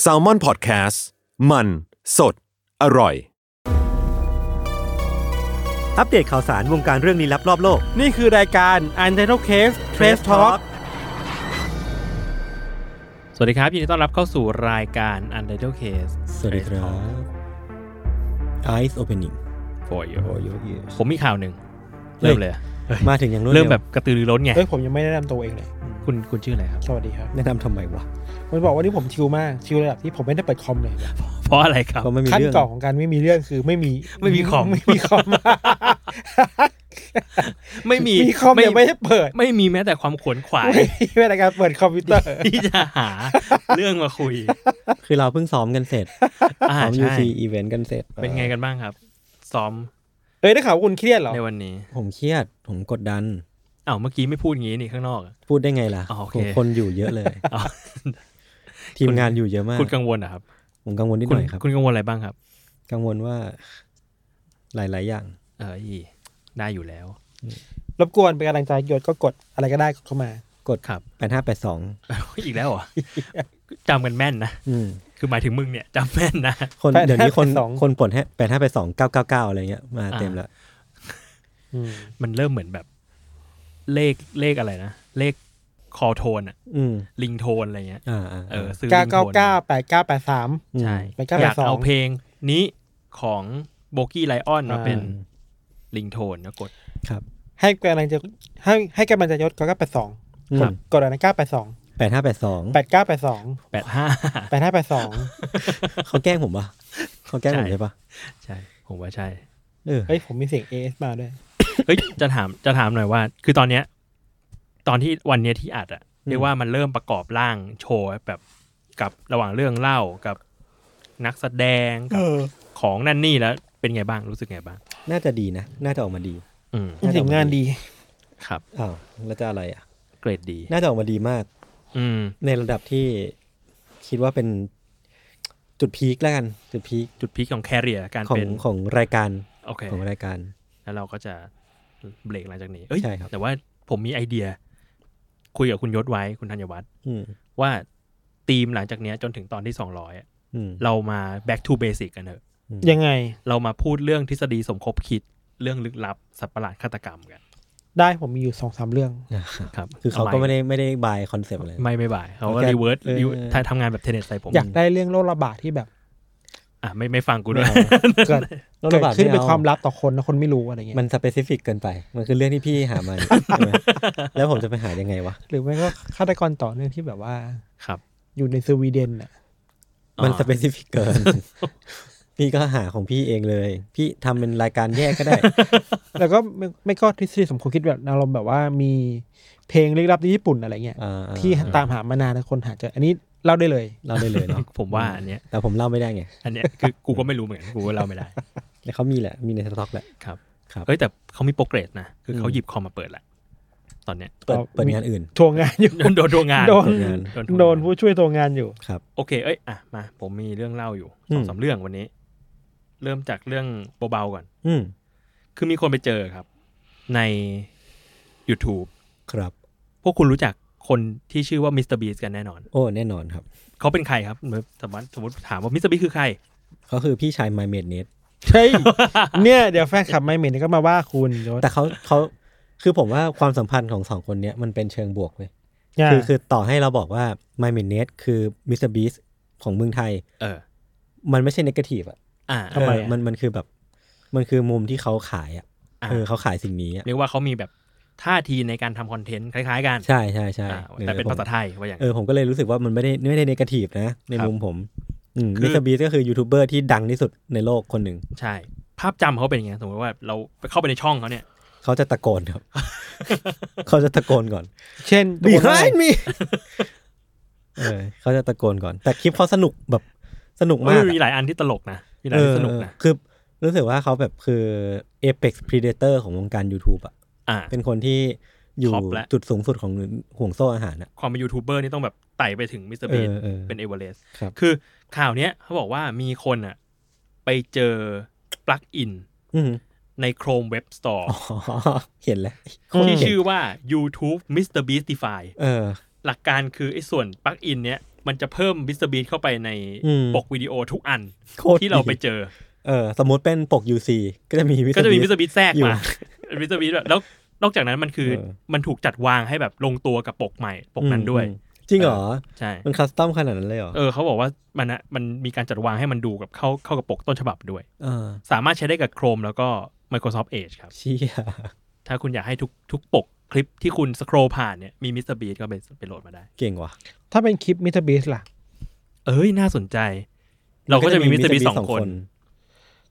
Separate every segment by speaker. Speaker 1: แซลมอนพอดแคสต์มันสดอร่อย
Speaker 2: อัปเดตข่าวสารวงการเรื่องลี้ลับรอบโลก
Speaker 3: นี่คือรายการ u n t i t l e Case Trace Talk สวัสดีครับ ยินดีต้อนรับเข้าสู่รายการ u n t i t l e Case
Speaker 4: สวัสดีครับ Eyes Opening
Speaker 3: for you
Speaker 4: for your ears
Speaker 3: ผมมีข่าวหนึ่ง เริ่มเลย
Speaker 4: มาถึงอย่างรวด
Speaker 3: เริ่
Speaker 4: เริ่
Speaker 3: มแบบกระตือรือร้นไง
Speaker 5: เอ้ยผมยังไม่แนะนำตัวเองเลย
Speaker 3: คุณคุณชื่ออะไรครับ
Speaker 5: สวัสดีครับ
Speaker 4: แนะนำทำไมวะ
Speaker 5: มันบอกว่านี่ผมชิลมากชิลระดับที่ผมไม่ได้เปิดคอมเลย
Speaker 3: เพราะอะไรครับ
Speaker 4: ก็ไม่มี
Speaker 5: ขั้น
Speaker 4: เรื่อง
Speaker 5: กล่องของการไม่มีเรื่องคือไม่มี
Speaker 3: ไม่มีคอม
Speaker 5: ไม่มีคอม
Speaker 3: ไม่มี
Speaker 5: มีคอมยังไม่ได้เปิด
Speaker 3: ไม่มีแม้แต่ความขวนขวาย
Speaker 5: ไม่มีเวลาการเปิดคอมพิวเตอร์
Speaker 3: ที่จะหาเรื่องมาคุย
Speaker 4: คือเราเพิ่งซ้อมกันเสร็จ
Speaker 3: อ่า
Speaker 4: ซ้อม
Speaker 3: ใช่
Speaker 4: UC Event กันเสร็จ
Speaker 3: เป็นไงกันบ้างครับ ซ้อม
Speaker 5: เอ้ยได้ข่าวว่าคุณเครียดเหรอ
Speaker 3: ในวันนี้
Speaker 4: ผมเครียด ผมกดดัน
Speaker 3: อ้าวเมื่อกี้ไม่พูดอย่างนี้นี่ข้างนอกอะ
Speaker 4: พูดได้ไงล่ะ
Speaker 3: อ๋อโอเค
Speaker 4: ผมคนอยู่เยอะเลย
Speaker 3: อ๋อ
Speaker 4: ทีมงานอยู่เยอะมาก
Speaker 3: คุณกังวลนะครับ
Speaker 4: ผมกังวลนิด
Speaker 3: คุ
Speaker 4: ห
Speaker 3: ณ
Speaker 4: น่อยครับ
Speaker 3: คุณกังวลอะไรบ้างครับ
Speaker 4: กังวลว่าหลาย ๆ อย่าง
Speaker 3: เอออีได้อยู่แล้ว
Speaker 5: รบกวนเป็นกำลังใจหยดก็กดอะไรก็ได้กดเข้ามา
Speaker 4: กด
Speaker 3: ครับ
Speaker 4: 8582
Speaker 3: อีกแล้วเหรอ จำกันแม่นนะ
Speaker 4: อืม
Speaker 3: คือหมายถึงมึงเนี่ยจำแม่นนะ
Speaker 4: คน
Speaker 5: 8582
Speaker 4: เดี๋ยวนี้คนคนปลดให้8582 999 อะไรเงี้ยมาเต็มแล้ว
Speaker 5: อืม
Speaker 3: มันเริ่มเหมือนแบบ เลขเลขอะไรนะ เลขคอโทนอะ
Speaker 4: อืม
Speaker 3: ลิงโทนอะไรเงี้ย
Speaker 4: อ่าอ่า
Speaker 3: เออ ซื้อ
Speaker 5: เก้า
Speaker 3: ลิงโท
Speaker 5: เก้าน เก้าแปดเก้าแปดสาม
Speaker 4: อืม
Speaker 3: ใช่
Speaker 5: ไป982
Speaker 3: อยากเอาเพลงนี้ของโบกี้ไลออนมาเป็นลิงโทนแล้วกด
Speaker 5: ให้กำลังใจให้ให้กำลังใจยศก็เก้าแปดสอง
Speaker 4: ครับ
Speaker 5: กดอะไรนะเก้าแปดสอง
Speaker 4: 8582
Speaker 5: แปดเก้าแปดสอง
Speaker 3: แปดห้า
Speaker 5: แปดห้าแปดสอง
Speaker 4: เขาแกล้งผมปะเขาแกล้งผม
Speaker 3: ใช่
Speaker 4: ใช่ปะ
Speaker 3: ใช่ ผมว่าใช่
Speaker 4: เออ
Speaker 5: เฮ้ยผมมีเสียงเอสมาด้วย
Speaker 3: เฮ้ย จะถามจะถามหน่อยว่า คือตอนเนี้ย ตอนที่วันเนี้ยที่อัดอะเรียกว่ามันเริ่มประกอบร่างโชว์แบบกับระหว่างเรื่องเล่ากับนักแสดงกับของนั่นนี่แล้ว เป็นไงบ้างรู้สึกไงบ้าง
Speaker 4: น่าจะดีนะ น่าจะออกมาดี
Speaker 3: อืม
Speaker 5: เสียงงานดี
Speaker 3: ครับ
Speaker 4: อ้าว แล้วจะอะไรอ่ะ
Speaker 3: เกรดดี
Speaker 4: น่าจะออกมาดีมาก
Speaker 3: อืม
Speaker 4: ในระดับที่คิดว่าเป็นจุดพีคแล้วกัน จุดพีค
Speaker 3: จุดพีคของแคเรียการ
Speaker 4: ของ
Speaker 3: เป็น
Speaker 4: ของรายการ
Speaker 3: โอเค
Speaker 4: ของรายการ
Speaker 3: แล้วเราก็จะเบรกหลังจากนี้เอ้ย
Speaker 4: ใช่ครับ
Speaker 3: แต่ว่าผมมีไอเดีย คุยกับคุณยศไว้คุณธัญวัฒน์
Speaker 4: อืม
Speaker 3: ว่าธีมหลังจากเนี้ยจนถึงตอนที่สองร้อยอะ
Speaker 4: อืม
Speaker 3: เรามา back to basic กันเถอะ
Speaker 5: ยังไง
Speaker 3: เรามาพูดเรื่องทฤษฎีสมคบคิดเรื่องลึกลับสัตว์ประหลาดฆาตกรรมกัน
Speaker 5: ได้ผมมีอยู่สองสามเรื่อง
Speaker 3: ครับ
Speaker 4: คือเขาก็ไม่ได้ไม่ได้บายคอนเซปต์อะไร
Speaker 3: ไม่ไม่บ่ายเขาก็
Speaker 4: โอเค
Speaker 3: รีเวิร์ส
Speaker 4: เออ
Speaker 3: ทำงานแบบเทนเนตใส่ผม
Speaker 5: อยากได้เรื่องโรคระบาดที่ แบบ
Speaker 3: อ่ะไม่ไม่ฟังกูด้วย
Speaker 5: เกิด
Speaker 4: โรค
Speaker 5: เกิ
Speaker 4: ระ
Speaker 5: ด
Speaker 4: บาด
Speaker 5: ขึ้นเป็น
Speaker 4: ไม่เอา
Speaker 5: ความลับต่อคนนะคนไม่รู้อะไรเงี้ย
Speaker 4: มันสเปซิฟิกเกินไป มันคือเรื่องที่พี่หามา เนี่ยใช่ไหมแล้วผมจะไปหายังไงวะ
Speaker 5: หรือไม่ก็ฆาตกรต่อเนื่องที่แบบว่า
Speaker 3: ครับ
Speaker 5: อยู่ในสวีเดน อ่ะ
Speaker 4: มันสเปซิฟิกเกิน พี่ก็หาของพี่เองเลย พี่ทำเป็นรายการแยกก็ได้
Speaker 5: แล้วก็ไม่ไม่ก็ทฤษฎีสมคบคิดแบบอารมณ์แบบว่ามีเพลงลึกลับที่ญี่ปุ่นอะไรเงี้ย
Speaker 4: อ่าๆ
Speaker 5: ที่ตามหามานานแล้วคนหาเจออันนี้เล่าได้ เลย
Speaker 4: เล่าได้เลยเนาะ
Speaker 3: ผมว่าอันเนี้ย
Speaker 4: แต่ผมเล่าไม่ได้ไง
Speaker 3: อันเนี้ยคือกูก็ไม่รู้เหมือนกันกูก็เล่าไม่ได้
Speaker 4: แต่เขามีแหละ มีในสต็อกแหละ
Speaker 3: ครับ
Speaker 4: ครับ
Speaker 3: เอ้ยแต่เขามีโปรเกรสนะคือเขาหยิบคอมมาเปิดแหละตอนเนี้ย
Speaker 4: เปิด
Speaker 5: เอา
Speaker 4: เปิดงานอื่น
Speaker 5: ทวงงานอยู่
Speaker 3: โดนโดนโดนงาน
Speaker 5: โดน
Speaker 4: เปิดงาน
Speaker 3: โดนทวงงาน
Speaker 5: โดนผู้ช่วยทวงงานอยู่
Speaker 4: ครับ
Speaker 3: โอเคเอ้ยอ่ะมาผมมีเรื่องเล่าอยู่
Speaker 4: อื
Speaker 3: สอ
Speaker 4: ม
Speaker 3: งสามเรื่องวันนี้ เริ่มจากเรื่องเบาๆก่อน
Speaker 4: อืม
Speaker 3: คือมีคนไปเจอครับ ใน YouTube
Speaker 4: ครับ
Speaker 3: พวกคุณรู้จักคนที่ชื่อว่ามิสเตอร์บีสกันแน่นอน
Speaker 4: โอ้ แน่นอนครับ
Speaker 3: เขาเป็นใครครับเหมือนสมมติสมมติถามว่ามิสเตอร์บีคือใคร
Speaker 4: เขาคือพี่ชายไมเม ดเนส
Speaker 5: ใช่ เนี่ยเดี๋ยวแฟนคลับไม่เหม็นก็มาว่า คุณยศ
Speaker 4: แต่เขาเขาคือผมว่าความสัมพันธ์ของสองคนเนี้ยมันเป็นเชิงบวกเลย
Speaker 5: เนี่ย
Speaker 4: คือคือต่อให้เราบอกว่าไมเมดเนสคือมิสเตอร์บีสของเมืองไทย
Speaker 3: เออ
Speaker 4: มันไม่ใช่นกาทีฟอ่ะ
Speaker 3: อ่า
Speaker 5: ทำไม
Speaker 4: เออ
Speaker 5: อะ
Speaker 4: มันมันคือแบบ มันคือมุมที่เขาขายอ่ะ
Speaker 3: อ่า
Speaker 4: เออเขาขายสิ่งนี้อะ
Speaker 3: เรียกว่าเขามีแบบท่าทีในการทำคอนเทนต์คล้ายๆกัน
Speaker 4: ใช่ใช่ใช่
Speaker 3: อ่าแต่เป็น
Speaker 4: ออผม
Speaker 3: ภาษาไทยว่าอย่าง
Speaker 4: เออผมก็เลยรู้สึกว่ามันไม่ได้ไม่ได้นกาทีฟนะ ใน
Speaker 3: ครับ
Speaker 4: มุมผม
Speaker 3: คือ
Speaker 4: มิสเตอร์บีสก็คือยูทูบเบอร์ที่ดังที่สุดในโลกคนหนึ่ง
Speaker 3: ใช่ ภาพจำเขาเป็นยังไงสมมติว่าเราเข้าไปในช่องเขาเนี่ย
Speaker 4: เขาจะตะโกนครับ เขาจะตะโกนก่อน
Speaker 5: เช่น
Speaker 4: behind me เออเขาจะตะโกนก่อน แต่คลิปเขาสนุกแบบ สนุก
Speaker 3: เอ
Speaker 4: มา
Speaker 3: อก มีหลายอันที่ตลกนะมีหลายอันที่สนุกนะ
Speaker 4: คือรู้สึกว่าเขาแบบคือ apex predator ของวงการ YouTube อ่ะ
Speaker 3: อ่า
Speaker 4: เป็นคนที่อยู่
Speaker 3: ท็อปแล้ว
Speaker 4: จุดสูงสุดของห่วงโซ่อาหารอ่ะ
Speaker 3: ความเป็นยูทูบเบอร์นี่ต้องแบบไต่ไปถึงมิสเตอร์บีน
Speaker 4: เออเออ
Speaker 3: เป็นเอเวอเรสต์
Speaker 4: ครับ
Speaker 3: คือข่าวเนี้ยเขาบอกว่ามีคนอ่ะ ไปเจอปลั๊กอิน
Speaker 4: อืม
Speaker 3: ใน Chrome Web Store
Speaker 4: อ๋อเห็นแล้ว
Speaker 3: ที่ชื่อว่า YouTube Mr. Beastify
Speaker 4: เออ
Speaker 3: หลักการคือไอ้ส่วนปลั๊กอินเนี้ยมันจะเพิ่ม Mr. Beast เข้าไปใน
Speaker 4: อืม
Speaker 3: ปกวิดีโอทุกอัน
Speaker 4: โคต
Speaker 3: ที่เราไป
Speaker 4: ดี
Speaker 3: เจอ
Speaker 4: เออ สมมติเป็นปก UC ก็จะมี
Speaker 3: ก็จะมี
Speaker 4: Mr.
Speaker 3: มิสเตอ
Speaker 4: Beast
Speaker 3: ร์บีแทรก
Speaker 4: อยู่
Speaker 3: มามิสเตอร์บีแบบแล้วนอกจากนั้นมันคือ
Speaker 4: เออ
Speaker 3: มันถูกจัดวางให้แบบลงตัวกับปกใหม่ปกนั้นด้วย
Speaker 4: อืมจริงเหรอ
Speaker 3: ใช่
Speaker 4: มันคัสตอมขนาดนั้นเลยเหรอ
Speaker 3: เออเขาบอกว่ามันอะมันมีการจัดวางให้มันดูกับเข้าเข้ากับปกต้นฉบับด้วย
Speaker 4: เออ
Speaker 3: สามารถใช้ได้กับ Chrome แล้วก็ Microsoft Edge ครับ
Speaker 4: เชี่ย
Speaker 3: ถ้าคุณอยากให้ทุกทุกปกคลิปที่คุณสครอผ่านเนี่ยมีมิสเตอร์บีก็ไปไปโหลดมาได้
Speaker 4: เก่งว่ะ
Speaker 5: ถ้าเป็นคลิปมิสเตอร์บีสล่ะ
Speaker 3: เอ้ยน่าสนใจ เราก็จะมีมิสเตอร์บี
Speaker 4: Mr. Beast
Speaker 3: สองคน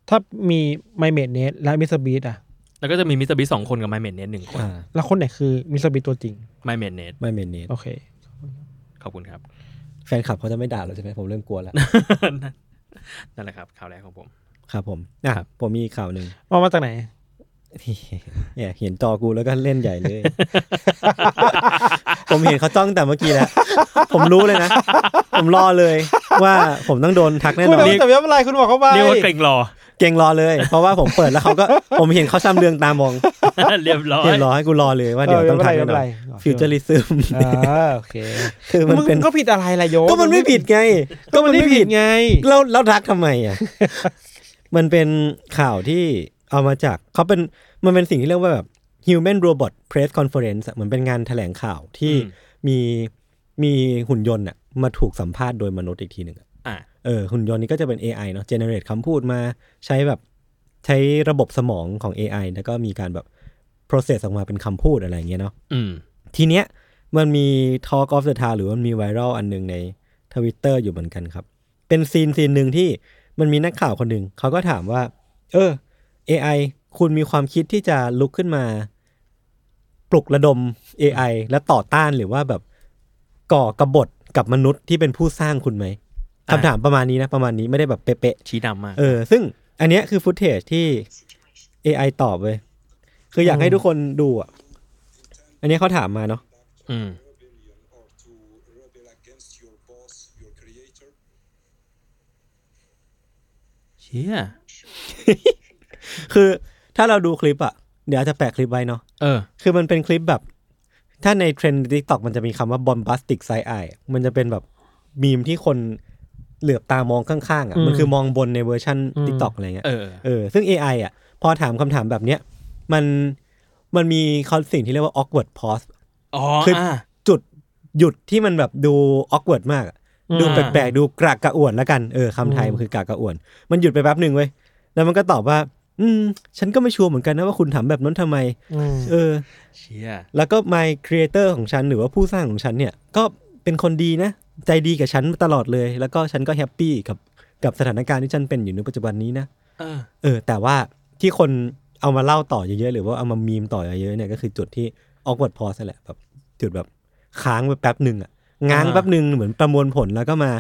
Speaker 5: ถ้ามีไมเมดเนสและมิสเตอร์บีสอ่ะ
Speaker 3: แล้วก็จะมีมิสเตอร์บีสองคนกับไมเมนเนตหนึ่งคน
Speaker 4: อ่า
Speaker 5: แล้วคนไหนคือมิสเตอร์บีตัวจริง
Speaker 3: ไมเมนเนต
Speaker 4: ไม่เมนเนต
Speaker 5: โอเค
Speaker 3: ขอบคุณครับ
Speaker 4: แฟนคลับเขาจะไม่ด่าเราใช่ไหมผมเริ่มกลัวแล้ว
Speaker 3: นั่นแหละครับข่าวแรกของผม
Speaker 4: ครับผมอ่ะ
Speaker 3: ครับ
Speaker 4: ผมมีอีกข่าวหนึ่ง
Speaker 5: มามาจากไหน
Speaker 4: เนี่ยเห็นจอกูแล้วก็เล่นใหญ่เลย ผมเห็นเขาจ้องแต่เมื่อกี้แล้ว ผมรู้เลยนะ ผมรอเลยว่าผมต้องโดนทักแน่
Speaker 5: คุณ
Speaker 4: นอน
Speaker 5: ไม่แต่ไม่เป็นไรคุณบอกเข้าไป
Speaker 3: เรียกว่าเกรงรอ
Speaker 4: เก่งรอเลย เพราะว่าผมเปิดแล้วเขาก็ ผมเห็นเขาซ้ำเรืองตามอง
Speaker 3: เรียบร้อย
Speaker 4: เห็นรอให้กูรอเลยว่าเดี๋ยวต้องทักแน่นอนฟิวเจอริซึม
Speaker 5: อ่าโอเค
Speaker 4: คือมันเป็น
Speaker 5: งก็ผิดอะไรล่ะโย
Speaker 4: ก็มันไม่ผิดไง
Speaker 5: ก็มันไม่ผิดไง
Speaker 4: แล้วแล้วทักทำไม อ่ะ มันเป็นข่าวที่เอามาจากเขาเป็นมันเป็นสิ่งที่เรียกว่าแบบ human robot press conference อะเหมือนเป็นงานแถลงข่าวที่มีมีหุ่นยนต์อ่ะมาถูกสัมภาษณ์โดยมนุษย์อีกทีหนึ่งอะ
Speaker 3: อ่ะ
Speaker 4: เออหุ่นยนต์นี้ก็จะเป็น AI เนาะ generate คำพูดมาใช้แบบใช้ระบบสมองของ AI แล้วก็มีการแบบ process ออกมาเป็นคำพูดอะไรอย่างเงี้ยเนาะ
Speaker 3: อืม
Speaker 4: ทีเนี้ยมันมี Talk of the Town หรือมันมีไวรัลอันหนึ่งในทวิตเตอร์อยู่เหมือนกันครับ เป็นซีนซีนหนึ่งที่มันมีนักข่าวคนหนึ่งเขาก็ถามว่า เออ AI คุณมีความคิดที่จะลุกขึ้นมา ปลุกระดม AI และต่อต้านหรือว่าแบบก่อกบฏกับมนุษย์ที่เป็นผู้สร้างคุณไหม
Speaker 3: อ่า
Speaker 4: คำถามประมาณนี้นะ ประมาณนี้ไม่ได้แบบเป๊ะๆ
Speaker 3: ชี้นำมาก
Speaker 4: เออ ซึ่งอันเนี้ยคือฟุตเทจที่ AI ตอบเว้ยคืออยากให้ทุกคนดูอ่ะ อันเนี้ยเขาถามมาเนาะ
Speaker 3: ืม
Speaker 6: rebellion or to rebel against your boss, your creator.
Speaker 3: เชี่ย
Speaker 4: คือถ้าเราดูคลิปอ่ะ เดี๋ยวอาจจะแปะคลิปไว้เนาะ
Speaker 3: เออ
Speaker 4: คือมันเป็นคลิปแบบ ถ้าในเทรนด์ t ิ k ตอกมันจะมีคำว่าบอมบัสติกไซ e อมันจะเป็นแบบมีมที่คนเหลือบตามองข้างๆอ่ะ
Speaker 5: อืม
Speaker 4: มันคือมองบนในเวอร์ชัน t ิ k ตอกอะไรเงี้ย
Speaker 3: เออ
Speaker 4: เออซึ่ง AI อ่ะ พอถามคำถามแบบเนี้ย มันมันมีเขาสิ่งที่เรียกว่า awkward pause
Speaker 3: อ๋อ
Speaker 4: คืออ
Speaker 3: อ่ะ
Speaker 4: จุดหยุดที่มันแบบดูออกเวิร์ดมากอะดูแปลกๆ ดูกระกระอ่วนแล้วกันเออคำไทยมันคือกระกระอ่วน มันหยุดไปแป๊บหนึ่งเว้ยแล้วมันก็ตอบว่า อืม ฉันก็ไม่ชัวร์เหมือนกันนะว่าคุณถามแบบนั้นทำไม
Speaker 5: อืม
Speaker 4: เออ
Speaker 3: เชี่ย
Speaker 4: แล้วก็ my creator ของฉันหรือว่าผู้สร้างของฉันเนี่ย ก็เป็นคนดีนะ ใจดีกับฉันตลอดเลย แล้วก็ฉันก็แฮปปี้กับกับสถานการณ์ที่ฉันเป็นอยู่ในปัจจุบันนี้นะ
Speaker 3: เออ
Speaker 4: เออแต่ว่าที่คนเอามาเล่าต่อเยอะๆ หรือว่าเอามามีมต่อเยอะๆเนี่ยก็คือจุดที่ออกวดพอสแหละแบบจุดแบบค้างไปแป๊บหนึ่งอ่ะง้าง
Speaker 3: อ่า
Speaker 4: แป๊บหนึ่งเหมือนประมวลผลแล้วก็มา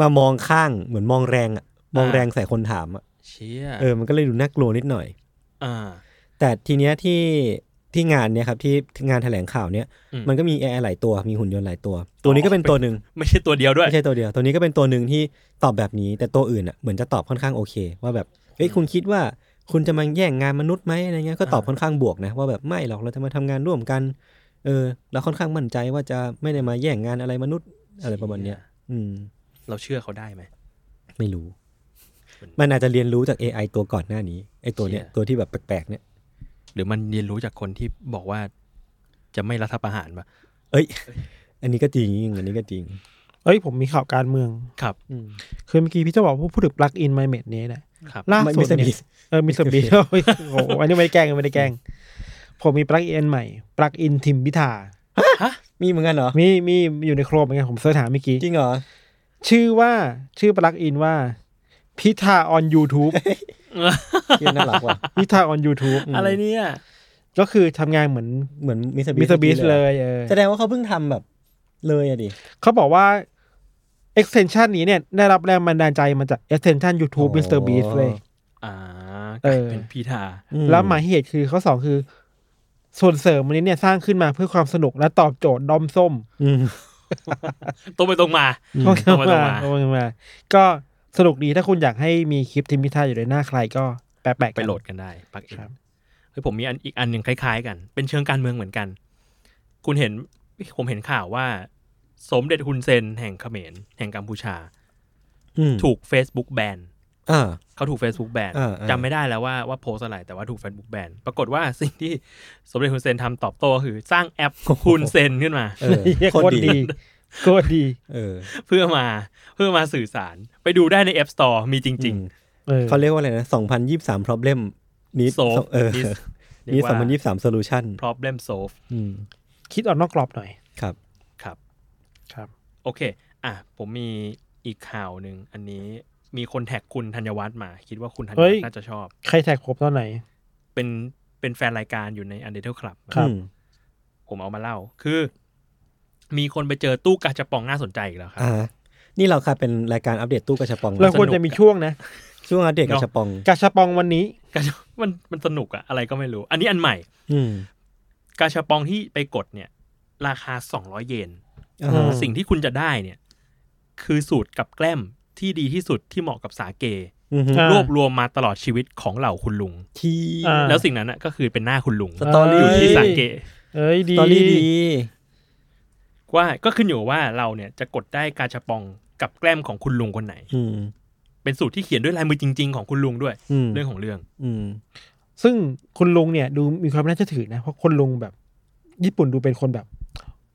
Speaker 4: มามองข้างเหมือนมองแรงอ่ะมอง
Speaker 3: อ่า
Speaker 4: แรงใส่คนถามอ่ะ
Speaker 3: เชี่ย
Speaker 4: เออมันก็เลยดูน่ากลัวนิดหน่อย
Speaker 3: อ่า
Speaker 4: แต่ทีเนี้ยที่ที่งานเนี่ยครับที่ที่งานแถลงข่าวเนี่ย
Speaker 3: อืม
Speaker 4: มันก็มี AI หลายตัวมีหุ่นยนต์หลายตัว ตัวนี้ก็เป็นตัวหนึ่ง
Speaker 3: ไม่ใช่ตัวเดียวด้วย
Speaker 4: ไม่ใช่ตัวเดียวตัวนี้ก็เป็นตัวหนึ่งที่ตอบแบบนี้แต่ตัวอื่นอ่ะเหมือนจะตอบค่อนข้างโอเค ว่าแบบเอ้ยคุณคิดว่าคุณจะมาแย่งงานมนุษย์ไหมอะไรเงี้ยก็ตอบค่อนข้างบวกนะว่าแบบไม่หรอกเราจะมาทำงานร่วมกัน เออเราค่อนข้างมั่นใจว่าจะไม่ได้มาแย่งงานอะไรมนุษย์อะไรประมาณเนี้ยอืม
Speaker 3: เราเชื่อเขาได้ไหม
Speaker 4: ไม่รู้ มันอาจจะเรียนรู้จาก AI ตัวก่อนหน้านี้ไอ้ตัวเนี้ย
Speaker 3: เชี่ย
Speaker 4: ตัวที่แบบแปลกๆเนี่ย
Speaker 3: หรือมันเรียนรู้จากคนที่บอกว่า จะไม่รัฐประหารปะ
Speaker 4: เอ้ย อันนี้ก็จริงอันนี้ก็จริง
Speaker 5: เอ้ยผมมีข่าวการเมือง
Speaker 3: ครับ
Speaker 5: คือเมื่อกี้พี่เจะบอกว่าพูดถึงปลั๊กอินไมเมดเนสอ่ะ
Speaker 3: ครับ
Speaker 5: ล่าสุด
Speaker 4: Mr.
Speaker 5: เนี่ย
Speaker 4: Beast
Speaker 5: เออมิสเตอร์บีโอ้โหอันนี้ไม่ได้แกล้งไม่ได้แกล้ง ผมมีปลั๊กอินใหม่ปลั๊กอินทิมพิธา
Speaker 4: มีเหมือนกันเหรอ
Speaker 5: มีมีอยู่ในโครมเหมือนกันผมเสิร์ชหาเมื่อกี้
Speaker 4: จริงเหรอ
Speaker 5: ชื่อว่าชื่อปลั๊กอินว่า พิธาออน YouTube
Speaker 4: เชี่ยน่ารักว่ะ
Speaker 5: พิธาออน YouTube
Speaker 3: อะไรเนี่ย
Speaker 5: ก็คือทำงานเหมือน
Speaker 4: เหมือนมิสเตอร์
Speaker 5: มิสเตอร์บี
Speaker 4: บี
Speaker 5: เลยเออ
Speaker 4: แสดงว่าเขาเพิ่งทำแบบเลยอะดิ
Speaker 5: เขาบอกว่า ไอ extension นี้เนี่ยได้รับแรงบันดาลใจมาจาก extension YouTube
Speaker 4: อ๋อ
Speaker 5: Mr Beast เลย
Speaker 3: อ่า
Speaker 5: เออ
Speaker 3: เป็นพีทา
Speaker 4: อืม
Speaker 5: แล้วหมายเหตุคือข้อสองคือ ส่วนเสริมอันนี้เนี่ยสร้างขึ้นมาเพื่อความสนุกและตอบโจทย์ดอมส้ม
Speaker 4: อืม
Speaker 3: ตรงไปตรงมา
Speaker 5: ต้อง
Speaker 3: ตร
Speaker 5: เข้าง
Speaker 3: ไปตรง
Speaker 5: มา
Speaker 3: มา
Speaker 5: ต้องเข้ามา ก็สนุกดีถ้าคุณอยากให้มีคลิปทิมพิธาอยู่ในหน้าใครก็แปะแปะๆกัน
Speaker 3: ไปโหลดกันได้ปลักอิน
Speaker 5: ครับ
Speaker 3: เฮ้ยผมมีอันอีกอันหนึ่งคล้าย ๆ กัน เป็นเชิงการเมืองเหมือนกัน คุณเห็นผมเห็นข่าวว่า สมเด็จฮุนเซนแห่งเขมรแห่งกัมพูชา
Speaker 4: อืม
Speaker 3: ถูก Facebook แบน
Speaker 4: อ่า
Speaker 3: เขาถูก Facebook แบน
Speaker 4: อ่าอ่า
Speaker 3: จำไม่ได้แล้วว่าว่าโพสต์อะไรแต่ว่าถูก Facebook แบนปรากฏ ว่าสิ่งที่สมเด็จฮุนเซนทำตอบโต้คือสร้าง แอปฮุนเซนขึ้นมา
Speaker 4: เออ
Speaker 5: เหี้ย
Speaker 4: โค
Speaker 5: โค
Speaker 4: ต
Speaker 5: ต
Speaker 4: ร
Speaker 5: ร
Speaker 4: ดี
Speaker 5: ดีโคตรดี
Speaker 4: เออ
Speaker 3: เพื่อมาเพื่อมาสื่อสาร ไปดูได้ใน App Store มีจริง
Speaker 4: อืม
Speaker 5: เออ
Speaker 4: เขาเรียกว่าอะไรนะสองพันยี่สาม problem นี้
Speaker 3: solve
Speaker 4: เออ
Speaker 3: this ๆ
Speaker 4: นี้
Speaker 3: เรียก
Speaker 4: สอง
Speaker 3: ว่า
Speaker 4: พันยี่สาม solution
Speaker 3: problem solve
Speaker 4: อืม
Speaker 5: คิดออกนอกกรอบหน่อย
Speaker 4: ครับ
Speaker 3: ครับ
Speaker 5: ครับ
Speaker 3: โอเค อ่ะ ผมมีอีกข่าวหนึ่ง อันนี้มีคนแท็กคุณธัญวัฒน์มา คิดว่าคุณธัญวั
Speaker 5: เฮ้
Speaker 3: ฒ
Speaker 5: ย
Speaker 3: น์น่าจะชอบ
Speaker 5: ใครแท็กผมตอนไหน
Speaker 3: เป็น เป็นแฟนรายการอยู่ใน u n d e r t a l Club
Speaker 5: ครับ
Speaker 4: อืม
Speaker 3: ผมเอามาเล่า คือ มีคนไปเจอตู้กาชาปองน่าสนใจอีกแล้วครั
Speaker 4: อ่า นี่เราค่ะเป็นรายการอัปเดตตู้กระชับปองนะ
Speaker 5: เราควรจะมีช่วงนะ
Speaker 4: ช่วงอัปเดตกระชับปอง
Speaker 5: กาชาปองวันนี้
Speaker 3: กาชามัน มันสนุกอะอะไรก็ไม่รู้ อันนี้อันใหม่
Speaker 4: อืม
Speaker 3: กาชาปองที่ไปกดเนี่ย ราคา 200 เยน
Speaker 4: อ่า
Speaker 5: อืม
Speaker 3: สิ่งที่คุณจะได้เนี่ย คือสูตรกับแกล้มที่ดีที่สุดที่เหมาะกับสาเก
Speaker 4: อืมฮึ
Speaker 5: อ่าร ร
Speaker 3: วบรวมมาตลอดชีวิตของเหล่าคุณลุง
Speaker 4: ที่
Speaker 5: อ่า
Speaker 3: แล้วสิ่งนั้นน่ะก็คือเป็นหน้าคุณลุง
Speaker 4: สตอรี่
Speaker 3: ยู่ที่สาเก
Speaker 5: เอ้ยดี
Speaker 4: ตอรี่ดี
Speaker 3: ว่าก็ขึ้นอยู่ว่าเราเนี่ยจะกดได้กาชาปองกับแกล้มของคุณลุงคนไหน
Speaker 4: อืม
Speaker 3: เป็นสูตรที่เขียนด้วยลายมือจริง ๆ ของคุณลุงด้วย
Speaker 4: อืม
Speaker 3: เรื่องของเรื่อง
Speaker 4: อืม
Speaker 5: ซึ่งคุณลุงเนี่ยดูมีความน่าเชื่อถือนะเพราะคนลุงแบบ ญี่ปุ่นดูเป็นคนแบบ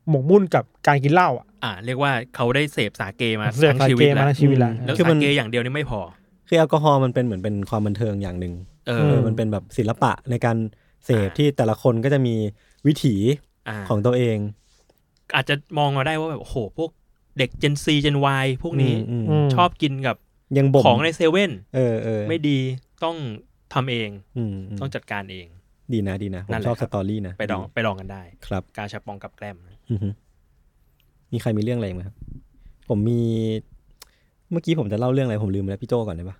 Speaker 5: หมกมุ่นกับการกินเหล้าอ่ะ
Speaker 3: อ่า เรียกว่าเขาได้เสพสาเกมา
Speaker 5: เสีย
Speaker 3: ทั้ง
Speaker 5: สาย
Speaker 3: ชีวิ
Speaker 5: เก
Speaker 3: ต
Speaker 5: มา
Speaker 3: แล้ว
Speaker 5: ทั้งชีวิตแล้ว
Speaker 4: อืม
Speaker 3: แล้ว
Speaker 4: คือมั
Speaker 3: สาน เกอย่างเดียวนี่ไม่พอ
Speaker 4: คือแอลกอฮอล์มันเป็นเหมือนเป็นความบันเทิงอย่างหนึ่ง
Speaker 3: เอ
Speaker 5: เอ
Speaker 4: เอ
Speaker 3: อ
Speaker 4: อมันเป็นแบบศิลปะในการเสพ
Speaker 3: อ่า
Speaker 4: ที่แต่ละคนก็จะมีวิถี
Speaker 3: อ่า
Speaker 4: ของตัวเอง
Speaker 3: อาจจะมองมาได้ว่าแบบโอ้โหพวกเด็ก Gen C Gen Y พวกนี้
Speaker 4: อืม
Speaker 5: อื
Speaker 4: อืม
Speaker 5: ม
Speaker 3: ชอบกินกับ
Speaker 4: ยังบ่ม
Speaker 3: ของในเซเว่น
Speaker 4: เออเออ
Speaker 3: ไม่ดีต้องทำเอง
Speaker 4: อืมอืม
Speaker 3: ต้องจัดการเอง
Speaker 4: ดีนะดีนะ ผม
Speaker 3: นั่นแหละ
Speaker 4: ชอบ
Speaker 3: ค
Speaker 4: ส
Speaker 3: รับ
Speaker 4: ตอรี่นะ
Speaker 3: ไปลองไปลองกันได้
Speaker 4: ครับ
Speaker 3: กาชาปองกับแกล้ม
Speaker 4: อือฮึมีใครมีเรื่องอะไรอีกไหมครับ ผมมี เมื่อกี้ผมจะเล่าเรื่องอะไรผมลืมไปแล้วพี่โจก่อนได้ปะ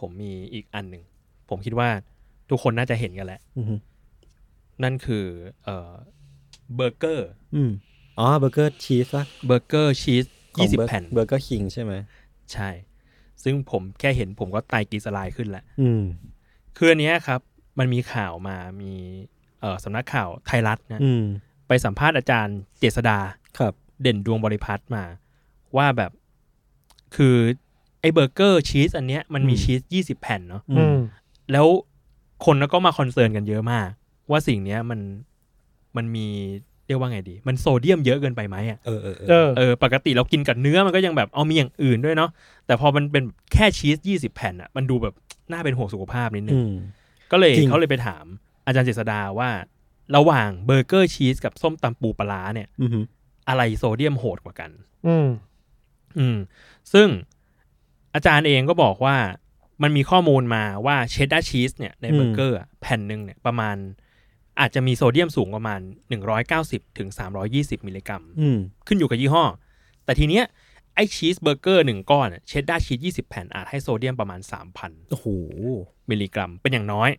Speaker 3: ผมมีอีกอันหนึ่ง ผมคิดว่าทุกคนน่าจะเห็นกันแหละ
Speaker 4: อือฮึ
Speaker 3: นั่นคือเอ่อเบอร์เกอร์
Speaker 4: อืมอ๋อเบอร์เกอร์ชีสป่ะ
Speaker 3: เบอร์เกอร์ชีส
Speaker 4: ของ
Speaker 3: ยี่สิบ
Speaker 4: เอร์
Speaker 3: แผ่น
Speaker 4: เบอร์เกอร์คิงใช่ไหม
Speaker 3: ใช่ ซึ่งผมแค่เห็นผมก็ไตกรีดสลายขึ้นแล้ว
Speaker 4: อืม
Speaker 3: คืออันเนี้ยครับ มันมีข่าวมามีเอ่อสำนักข่าวไทยรัฐนะ
Speaker 4: อืม
Speaker 3: ไปสัมภาษณ์อาจารย์เจษดา
Speaker 4: ครับ
Speaker 3: เด่นดวงบริพัตรมา ว่าแบบคือไอ้เบอร์เกอร์ชีสอันเนี้ยมันมี
Speaker 4: อืม
Speaker 3: ชีสยี่สิบแผ่นเนาะ
Speaker 4: อืม
Speaker 3: แล้วคนก็มาคอนเซิร์นกันเยอะมาก ว่าสิ่งเนี้ยมันมันมีเรียกว่าไงดี มันโซเดียมเยอะเกินไปไหมอ่ะ
Speaker 4: เออเออเอ
Speaker 5: เอ
Speaker 4: อ
Speaker 5: อ
Speaker 3: เออปกติเรากินกับเนื้อมันก็ยังแบบเอามีอย่างอื่นด้วยเนาะแต่พอมันเป็นแค่ชีสยี่สิบแผ่นอ่ะมันดูแบบน่าเป็นห่วงสุขภาพนิดนึ
Speaker 4: อื
Speaker 3: ง
Speaker 4: ม
Speaker 3: ก็เลย
Speaker 4: จริง
Speaker 3: เขาเลยไปถามอาจารย์เจษดาว่า ระหว่างเบอร์เกอร์ชีสกับส้มตำปูปลาร้าเนี่ย
Speaker 4: อือฮึ
Speaker 3: อะไรโซเดียมโหดกว่ากัน
Speaker 5: อืม
Speaker 3: อืม ซึ่งอาจารย์เองก็บอกว่ามันมีข้อมูลมาว่าเชดดาร์ชีสเนี่ยใน
Speaker 4: อืม
Speaker 3: เบอร์เกอร์อะแผ่นหนึ่งเนี่ยประมาณ อาจจะมีโซเดียมสูงประมาณ 190ถึง320 มิลลิกรัม
Speaker 4: อืม
Speaker 3: ขึ้นอยู่กับยี่ห้อ แต่ทีเนี้ยไอชีสเบอร์เกอร์หนึ่งก้อนเชดดาร์ชีส20 แผ่นอาจให้โซเดียมประมาณ 3,000
Speaker 4: โอ้โห
Speaker 3: มิลลิกรัม เป็นอย่างน้อย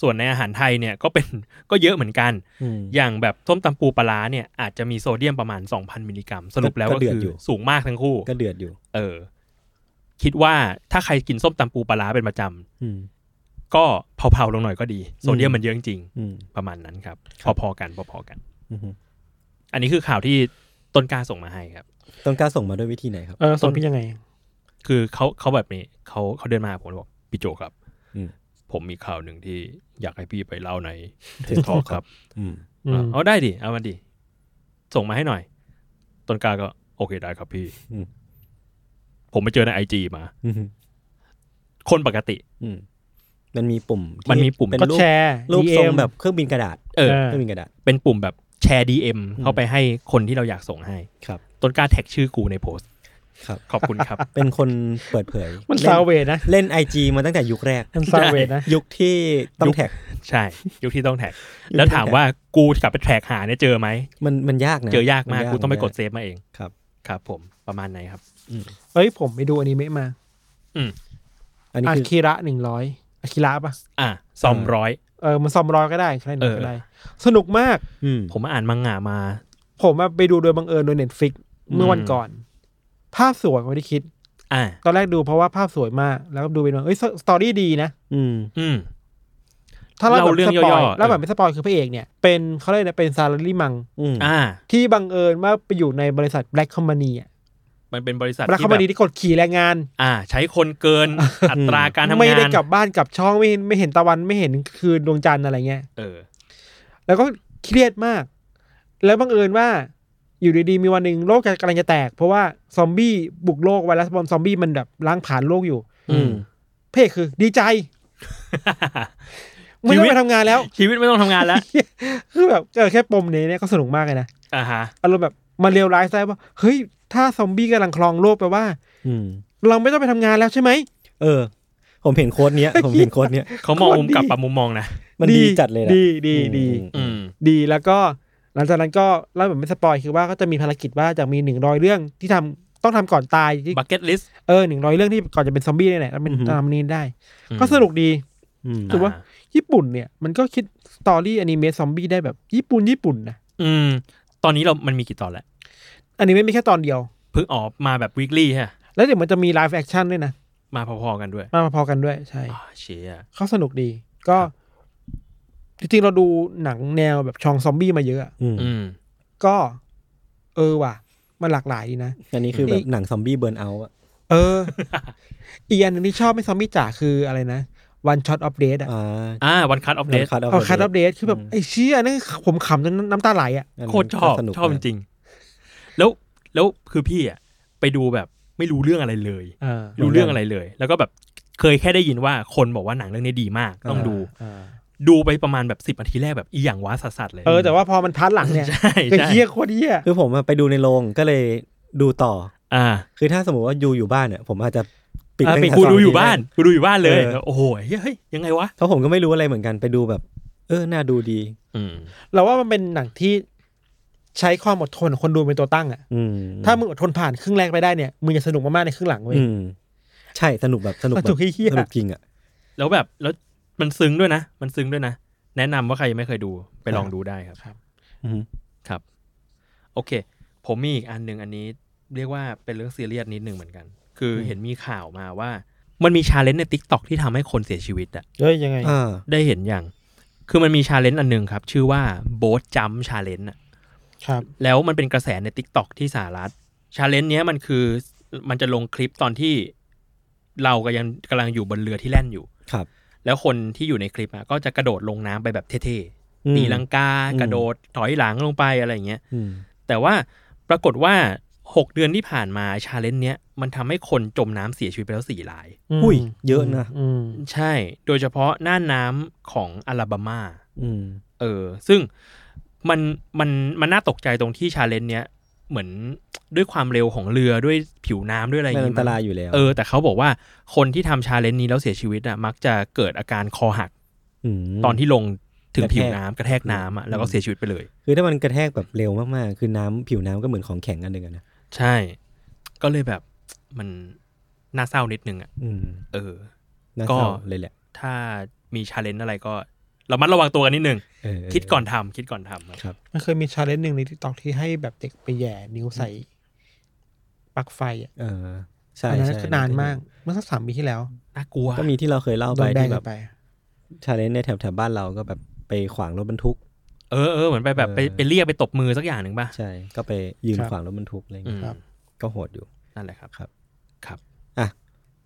Speaker 3: ส่วนในอาหารไทยเนี่ยก็เป็น ก็เยอะเหมือนกัน
Speaker 4: อืม
Speaker 3: อย่างแบบส้มตำปูปลาร้าเนี่ยอาจจะมีโซเดียมประมาณ 2,000 มิลลิกรัม สรุปแล้ว
Speaker 4: ก็
Speaker 3: ก็
Speaker 4: เดือด
Speaker 3: คือ
Speaker 4: อยู่
Speaker 3: สูงมากทั้งคู่
Speaker 4: ก็เดือดอยู่
Speaker 3: เออ คิดว่าถ้าใครกินส้มตำปูปลาร้าเป็นประจ
Speaker 4: อืม
Speaker 3: ำก็เผาๆลงหน่อยก็ดี โซเดียมมันเยอะจริง
Speaker 4: อืม
Speaker 3: ๆประมาณนั้นครับ
Speaker 4: ครับ
Speaker 3: พอๆกันพอๆกัน
Speaker 4: อือฮึ
Speaker 3: อันนี้คือข่าวที่ต้นกล้าส่งมาให้ครับ
Speaker 4: ต้นกล้าส่งมาด้วยวิธีไหนครับ
Speaker 5: เออสนพี่ยังไง
Speaker 3: คือเขาเขาแบบนี้เขาเขาเดินมาหาผมแล้วบอกพี่โจครับ
Speaker 4: อืม
Speaker 3: ผมมีข่าวหนึ่งที่อยากให้พี่ไปเล่า ในเทสทอครับ
Speaker 4: อืม
Speaker 5: อืม
Speaker 3: เอาได้ดิ เอามาดิ ส่งมาให้หน่อย ต้นกล้าก็ โอเคได้ครับพี่
Speaker 4: อืม
Speaker 3: ผมไปเจอในไอจีมา
Speaker 4: อืม
Speaker 3: คนปกติ
Speaker 4: อืมมันมีปุ่มที่
Speaker 3: มันมีปุ่ม
Speaker 4: เป็น
Speaker 5: ก็
Speaker 4: รูป
Speaker 5: แชร์
Speaker 4: รูปทรง
Speaker 5: DM
Speaker 4: แบบเครื่องบินกระดาษ
Speaker 3: เออ
Speaker 5: เออ
Speaker 4: เครื่องบินกระดาษ
Speaker 3: เป็นปุ่มแบบแชร์ DM เข้าไปให้คนที่เราอยากส่งให้
Speaker 4: ครับ
Speaker 3: ต้นกล้าแท็กชื่อกูในโพสต์
Speaker 4: ครับ
Speaker 3: ขอบคุณครับ
Speaker 4: เป็นคนเปิดเผย
Speaker 5: มัน
Speaker 4: เล่
Speaker 5: ซาเวนะ
Speaker 4: เล่นไอจีมาตั้งแต่ยุคแรก
Speaker 5: มันซาเวนะ
Speaker 4: ยุคที่ต้อ
Speaker 3: ยุ
Speaker 4: ง
Speaker 3: ค
Speaker 4: แท็ก
Speaker 3: ใช่ ยุคที่ต้องแท็ก
Speaker 4: ยุคที่
Speaker 3: แล้วถามว่ากูกลับไปแท็กหาเนี่ยเจอไหม
Speaker 4: มันมันยากนะ
Speaker 3: เจอยากมาก
Speaker 4: น
Speaker 3: กูต้องไปกด
Speaker 4: มันยา
Speaker 3: เซฟมาเอง
Speaker 4: ครับ
Speaker 3: ครับผมประมาณไหนครับ
Speaker 5: เอ้ยผมไปดูอนิเมะมา
Speaker 4: อันนี้
Speaker 5: อา
Speaker 4: คือ
Speaker 5: คิระหนึ่งร้อยอาคิระปะ
Speaker 3: อ่ะซอมร้อย
Speaker 5: เออมันซอมรอยก็ได้ใครหนึ่ง
Speaker 3: เออ
Speaker 5: ก็ได้ สนุกมาก
Speaker 4: อืม
Speaker 3: ผมอ่านมังงะมา
Speaker 5: ผมอะไปดูโดยบังเอิญโดยเน็ตฟิกเมื่อวัน
Speaker 3: อืม
Speaker 5: ก่อน ภาพสวยกว่าที่คิด
Speaker 3: อ่ะ
Speaker 5: ตอนแรกดูเพราะว่าภาพสวยมาก แล้วก็ดูเป็นว่าเอ้ยสสตอรี่ดีนะ
Speaker 4: อืม
Speaker 3: อืม
Speaker 5: ถ้าเราแบบ
Speaker 3: เล่าเรื่อง
Speaker 5: สปอย
Speaker 3: ย่อๆ
Speaker 5: แล้วแบบไม่สปอยคือพระเอกเนี่ย เป็นเขาเรียกอะไรเป็นซาลารีมัง
Speaker 4: อืม
Speaker 3: อ่า
Speaker 5: ที่บังเอิญว่าไปอยู่ในบริษัทแบล็คคอมมานีอ่ะ
Speaker 3: มันเป็นบริษัท
Speaker 5: แบล็คค
Speaker 3: ที่
Speaker 5: อม
Speaker 3: แบ
Speaker 5: มานี
Speaker 3: บ
Speaker 5: ที่กดขี่แรงงาน
Speaker 3: อ่า ใช้คนเกินอัตราการทำงาน
Speaker 5: ไม่ได้กลับบ้านกลับช่องไม่เห็นไม่เห็นตะวันไม่เห็นคืนดวงจันทร์อะไรเงี้ย
Speaker 3: เออ
Speaker 5: แล้วก็เครียดมาก แล้วบังเอิญว่าอยู่ดีๆมีวันหนึ่งโลกกำลังจะแตก เพราะว่าซอมบี้บุกโลกไวรัสบอมซอมบี้มันแบบล้างผ่านโลกอยู่
Speaker 4: อืม
Speaker 5: เพศคือดีใจ ไม่ต้องไปทำงานแล้ว
Speaker 3: ชีวิตไม่ต้องทำงานแล้ว
Speaker 5: คือแบบเออแค่ปมนี้เนี่ยก็สนุกมากเลยนะ
Speaker 3: อ่าฮะ
Speaker 5: อารมณ์แบบมันเลวร้ายซะว่าเฮ้ยถ้าซอมบี้กำลังครองโลกแปลว่า
Speaker 4: อืม
Speaker 5: เราไม่ต้องไปทำงานแล้วใช่ไหม
Speaker 4: เออ ผมเห็นโค้ดเนี้ย ผมเห็นโค้ดเนี้ย
Speaker 3: เขามอง
Speaker 5: โคตร
Speaker 3: มุมกลับ
Speaker 5: ดี
Speaker 3: ปรับมุมมองนะ
Speaker 4: มันดีจัดเลยนะ
Speaker 5: ดีดีดี
Speaker 4: อืม
Speaker 3: อืม
Speaker 5: ดีแล้วก็ หลังจากนั้นก็เล่าแบบไม่สปอยคือว่าก็จะมีภารกิจว่าจะมีหนึ่งร้อยเรื่องที่ทำต้องทำก่อนตายที่
Speaker 3: บักเก็ตลิส
Speaker 5: เออหนึ่งร้อยเรื่องที่ก่อนจะเป็นซอมบี้เนี่ยแหละแล้วเป็นตามนี้ได้ ก็สนุกดี
Speaker 4: อืม
Speaker 5: ถือว่า ญี่ปุ่นเนี่ย มันก็คิดสตอรี่อนิเมะซอมบี้ได้แบบ ญี่ปุ่นญี่ปุ่นนะ
Speaker 3: อืม ตอนนี้เรามันมีกี่ตอนแล้ว
Speaker 5: อนิเมะมีแค่ตอนเดียว
Speaker 3: เพิ่งออกมาแบบวีคลี่ฮะ
Speaker 5: แล้วเดี๋ยวมันจะมีไลฟ์แอคชั่นด้วยนะ
Speaker 3: มาพอๆกันด้วย
Speaker 5: มาพอๆกันด้วยใช่
Speaker 3: อ่าเชีย
Speaker 5: เขาสนุกดี ก็ จริงๆ เราดูหนังแนวแบบชองซอมบี้มาเยอะอะ
Speaker 4: อืม
Speaker 3: อืม
Speaker 5: ก็ เออว่ะ มันหลากหลายดีนะ
Speaker 4: อันนี้คือแบ
Speaker 5: อี
Speaker 4: บ
Speaker 5: ก
Speaker 4: หนังซอมบี้เบิร์นเอาท์อะ
Speaker 5: เออ อีกอันหนึ่งที่ชอบไม่ซอมบี้จ๋าคืออะไรนะวันช็อตอัปเดตอะ
Speaker 4: อ่า
Speaker 3: อ่าวันคัตออฟเดต
Speaker 4: คัด
Speaker 5: พอคัดอัปเดตคือแบบไอ้เชี่ยนั่นผมขำจนน้ำตาไหลอะ
Speaker 3: โคตรชอบชอบจริงๆแล้วแล้วคือพี่อ่ะไปดูแบบไม่รู้เรื่องอะไรเลย รู้เรื่องอะไรเลย แล้วก็แบบเคยแค่ได้ยินว่าคนบอกว่าหนังเรื่องนี้ดีมาก ต้องดู ดูไปประมาณแบบสิบนาทีแรกแบบอีหยังว้าสัสๆเลย
Speaker 5: เออแต่ว่าพอมันพาร์ทหลังเนี่ย
Speaker 3: ใช่
Speaker 5: ก็
Speaker 3: ใช่
Speaker 5: เยี่ยโคตรเยี่ย
Speaker 4: คือผมอะไปดูในโรงก็เลยดูต่อ
Speaker 3: อ่า
Speaker 4: คือถ้าสมมติว่ายูอยู่บ้านเนี่ยผมอาจจะปิด
Speaker 5: อ่ะ
Speaker 4: เรื่
Speaker 5: ปิ
Speaker 4: อง
Speaker 5: ด
Speaker 4: ราวซ
Speaker 3: กู
Speaker 4: ม
Speaker 3: ดู
Speaker 4: บี้
Speaker 3: อยู่บ้าน
Speaker 4: ไ
Speaker 3: กูดูอยู่บ้านเลย
Speaker 4: เออ
Speaker 3: แล้วโอ้โหเฮ้ยเฮ้ยยังไงวะ
Speaker 4: เพราะผมก็ไม่รู้อะไรเหมือนกันไปดูแบบ เออ น่าดูดี
Speaker 3: อืม
Speaker 5: เราว่ามันเป็นหนังที่ใช้ความอดทนของคนดูเป็นตัวตั้งอะ
Speaker 4: อืม
Speaker 5: ถ้ามึงอดทนผ่านครึ่งแรกไปได้เนี่ยมึงจะสนุกมากๆในครึ่งหลังเว้ย
Speaker 4: อืมใช่สนุกแบบสนุกแบ
Speaker 5: สนุ
Speaker 4: บ
Speaker 5: กเหี้ย
Speaker 4: สนุกจริงอะ
Speaker 3: แล้วแบบแล้วมันซึ้งด้วยนะ มันซึ้งด้วยนะ แนะนำว่าใครยังไม่เคยดูไปลองดูได้ครับ
Speaker 4: อืม
Speaker 3: โอเค ผมมีอีกอันหนึ่งอันนี้ เรียกว่าเป็นเรื่องซีเรียสนิดหนึ่งเหมือนกัน คือเห็นมีข่าวมาว่า มันมีชาเลนจ์ใน t ิกตอกที่ทำให้คนเสียชีวิตอะ
Speaker 5: เฮ้ยยังไง
Speaker 4: อ่า
Speaker 3: ได้เห็นอย่าง คือมันมีชาเลนจ์อันหนึ่งครับ ชื่อว่าโบ๊ทจัมชาเลนจ์อะ
Speaker 5: ครับ
Speaker 3: แล้วมันเป็นกระแสใน t ิกตอกที่สหรัฐชาเลนจ์เนี้ยมันคือมันจะลงคลิปตอนที่เรากำลังกำลังอยู่บนเรือที่แล่นอยู่
Speaker 4: ครับ
Speaker 3: แล้วคนที่อยู่ในคลิปอะก็จะกระโดดลงน้ำไปแบบเท่
Speaker 4: อื
Speaker 3: ๆ
Speaker 4: ม
Speaker 3: ตีลังกา
Speaker 4: อืม
Speaker 3: กระโดดถอยหลังลงไปอะไรอย่างเงี้ย
Speaker 4: อืม
Speaker 3: แต่ว่าปรากฏว่า 6 เดือนที่ผ่านมาชาเลนจ์เนี้ยมันทำให้คนจมน้ำเสียชีวิตไปแล้วสี่ราย
Speaker 4: อุ้ยเยอะนะ
Speaker 5: อืม
Speaker 3: ใช่ โดยเฉพาะหน้าน้ำของอลาบามา
Speaker 4: อืม
Speaker 3: เออ ซึ่งมันมันมันน่าตกใจตรงที่ชาเลนจ์เนี้ยเหมือนด้วยความเร็วของเรือด้วยผิวน้ำด้วยอะไรอย่าง
Speaker 4: มัน
Speaker 3: งี้
Speaker 4: อันตรายอยู่แล้ว
Speaker 3: เออ แต่เขาบอกว่าคนที่ทำชาเลนจ์นี้แล้วเสียชีวิตอ่ะมักจะเกิดอาการคอหัก
Speaker 4: ม
Speaker 3: ตอนที่ลงถึง
Speaker 4: กระแทก
Speaker 3: ผิวน้ำกระแทกน้ำอ่ะแล้วก็เสียชีวิตไปเลย
Speaker 4: คือถ้ามันกระแทกแบบเร็วมากๆ คือน้ำผิวน้ำก็เหมือนของแข็งอันหนึ่งอะนะ
Speaker 3: ใช่ ก็เลยแบบมันน่าเศร้านิดนึงอ่ะ
Speaker 4: อืม
Speaker 3: เออ
Speaker 4: น่า
Speaker 3: ก็
Speaker 4: เศร้าเลยแหละ
Speaker 3: ถ้ามีชาเลนจ์อะไรก็ระมัดระวังตัวกันนิดนึง
Speaker 4: เเ
Speaker 3: คิดก่อนทำคิดก่อนทำครับ
Speaker 5: มันเคยมีชาเลนจ์หนึ่งในทิกตอกที่ให้แบบเด็กไปแหย่นิ้วใส่ปลั๊กไฟอ่ะ
Speaker 4: เออใช่
Speaker 5: อันนั้น
Speaker 4: ใช่
Speaker 5: ก็นานมากเมื่อสักสามปีที่แล้ว
Speaker 3: น่ากลัว
Speaker 4: ก็มีที่เราเคยเล่า
Speaker 5: โด
Speaker 4: ไป
Speaker 5: นแบน
Speaker 4: ที่แบ
Speaker 5: กับ นไป
Speaker 4: ชาเลนจ์ในแถบแถบบ้านเราก็แบบไปขวางรถบรรทุก
Speaker 3: เออเออเหมือนไปแบบไป
Speaker 4: เออ
Speaker 3: ไปเรียกไปตบมือสักอย่างหนึ่งป่ะ
Speaker 4: ใช่ ก็ไปยืน
Speaker 5: ครับ
Speaker 4: ขวางรถบรรทุกอะไร
Speaker 3: อื
Speaker 4: เงี้ย
Speaker 3: ม
Speaker 5: ครับ
Speaker 4: ก็โหดอยู่
Speaker 3: นั่นแหละครับ
Speaker 4: อ่ะ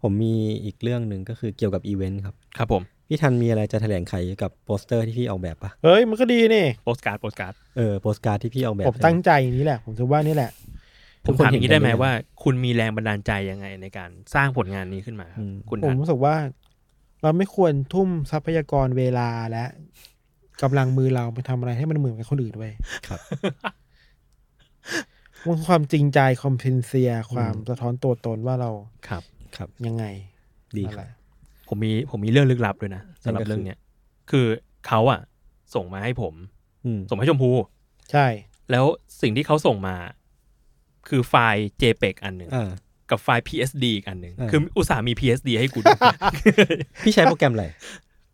Speaker 4: ผมมีอีกเรื่องหนึ่งก็คือเกี่ยวกับอีเวนต์ครับ
Speaker 3: ครับผม
Speaker 4: พี่ทันมีอะไรจะแถลงไขเกี่ยวกับโปสเตอร์ที่พี่ออกแบบปะ
Speaker 5: เฮ้ยมันก็ดีนี่
Speaker 3: โปสการ์ดโปสการ์ด
Speaker 4: เออโปสการ์ดที่พี่ออกแบบ
Speaker 5: ผมตั้งใจอย่างนี้แหละ ผมถือว่านี่แหละ
Speaker 3: ผ
Speaker 4: ทุ
Speaker 3: ม
Speaker 4: กคน
Speaker 3: ถามอ
Speaker 4: เห็
Speaker 3: ย่าน งนี้ได้ไหม
Speaker 4: กันรือยัง
Speaker 3: ว่า คุณมีแรงบันดาลใจยังไงในการสร้างผลงานนี้ขึ้นมาครั
Speaker 4: อื
Speaker 3: บ
Speaker 4: ม
Speaker 3: คุณ
Speaker 5: ผม
Speaker 3: ทัน
Speaker 5: รู้สึกว่าเราไม่ควรทุ่มทรัพยากรเวลาและกำลังมือเราไปทำอะไรให้มันเหมือนกับคนอื่นไว้ย
Speaker 4: ครับ
Speaker 5: มันคือความจริงใจความพินเซีย ความสะท้อนตัวตนว่าเรา
Speaker 3: ครับ
Speaker 4: ครับ
Speaker 5: ยังไง
Speaker 4: ดี
Speaker 5: อะ
Speaker 4: ค
Speaker 5: ไร
Speaker 4: รับ
Speaker 3: ผมมีผมมีเรื่องลึกลับด้วยนะสำหรับ
Speaker 4: นั่นก็คือ
Speaker 3: เรื่องเนี้ยคือเขาอ่ะ ส่งมาให้ผม
Speaker 4: อืม
Speaker 3: ส่งมาให้ชมพู
Speaker 5: ใช่
Speaker 3: แล้วสิ่งที่เขาส่งมา คือไฟล์ JPEG อันหนึ่ง
Speaker 4: อ่า
Speaker 3: กับไฟล์ PSD อีกอันหนึ่ง
Speaker 4: เออ
Speaker 3: คืออุตส่าห์มี PSD ให้กูดู
Speaker 4: พี่ใช้โปรแกรมอะไร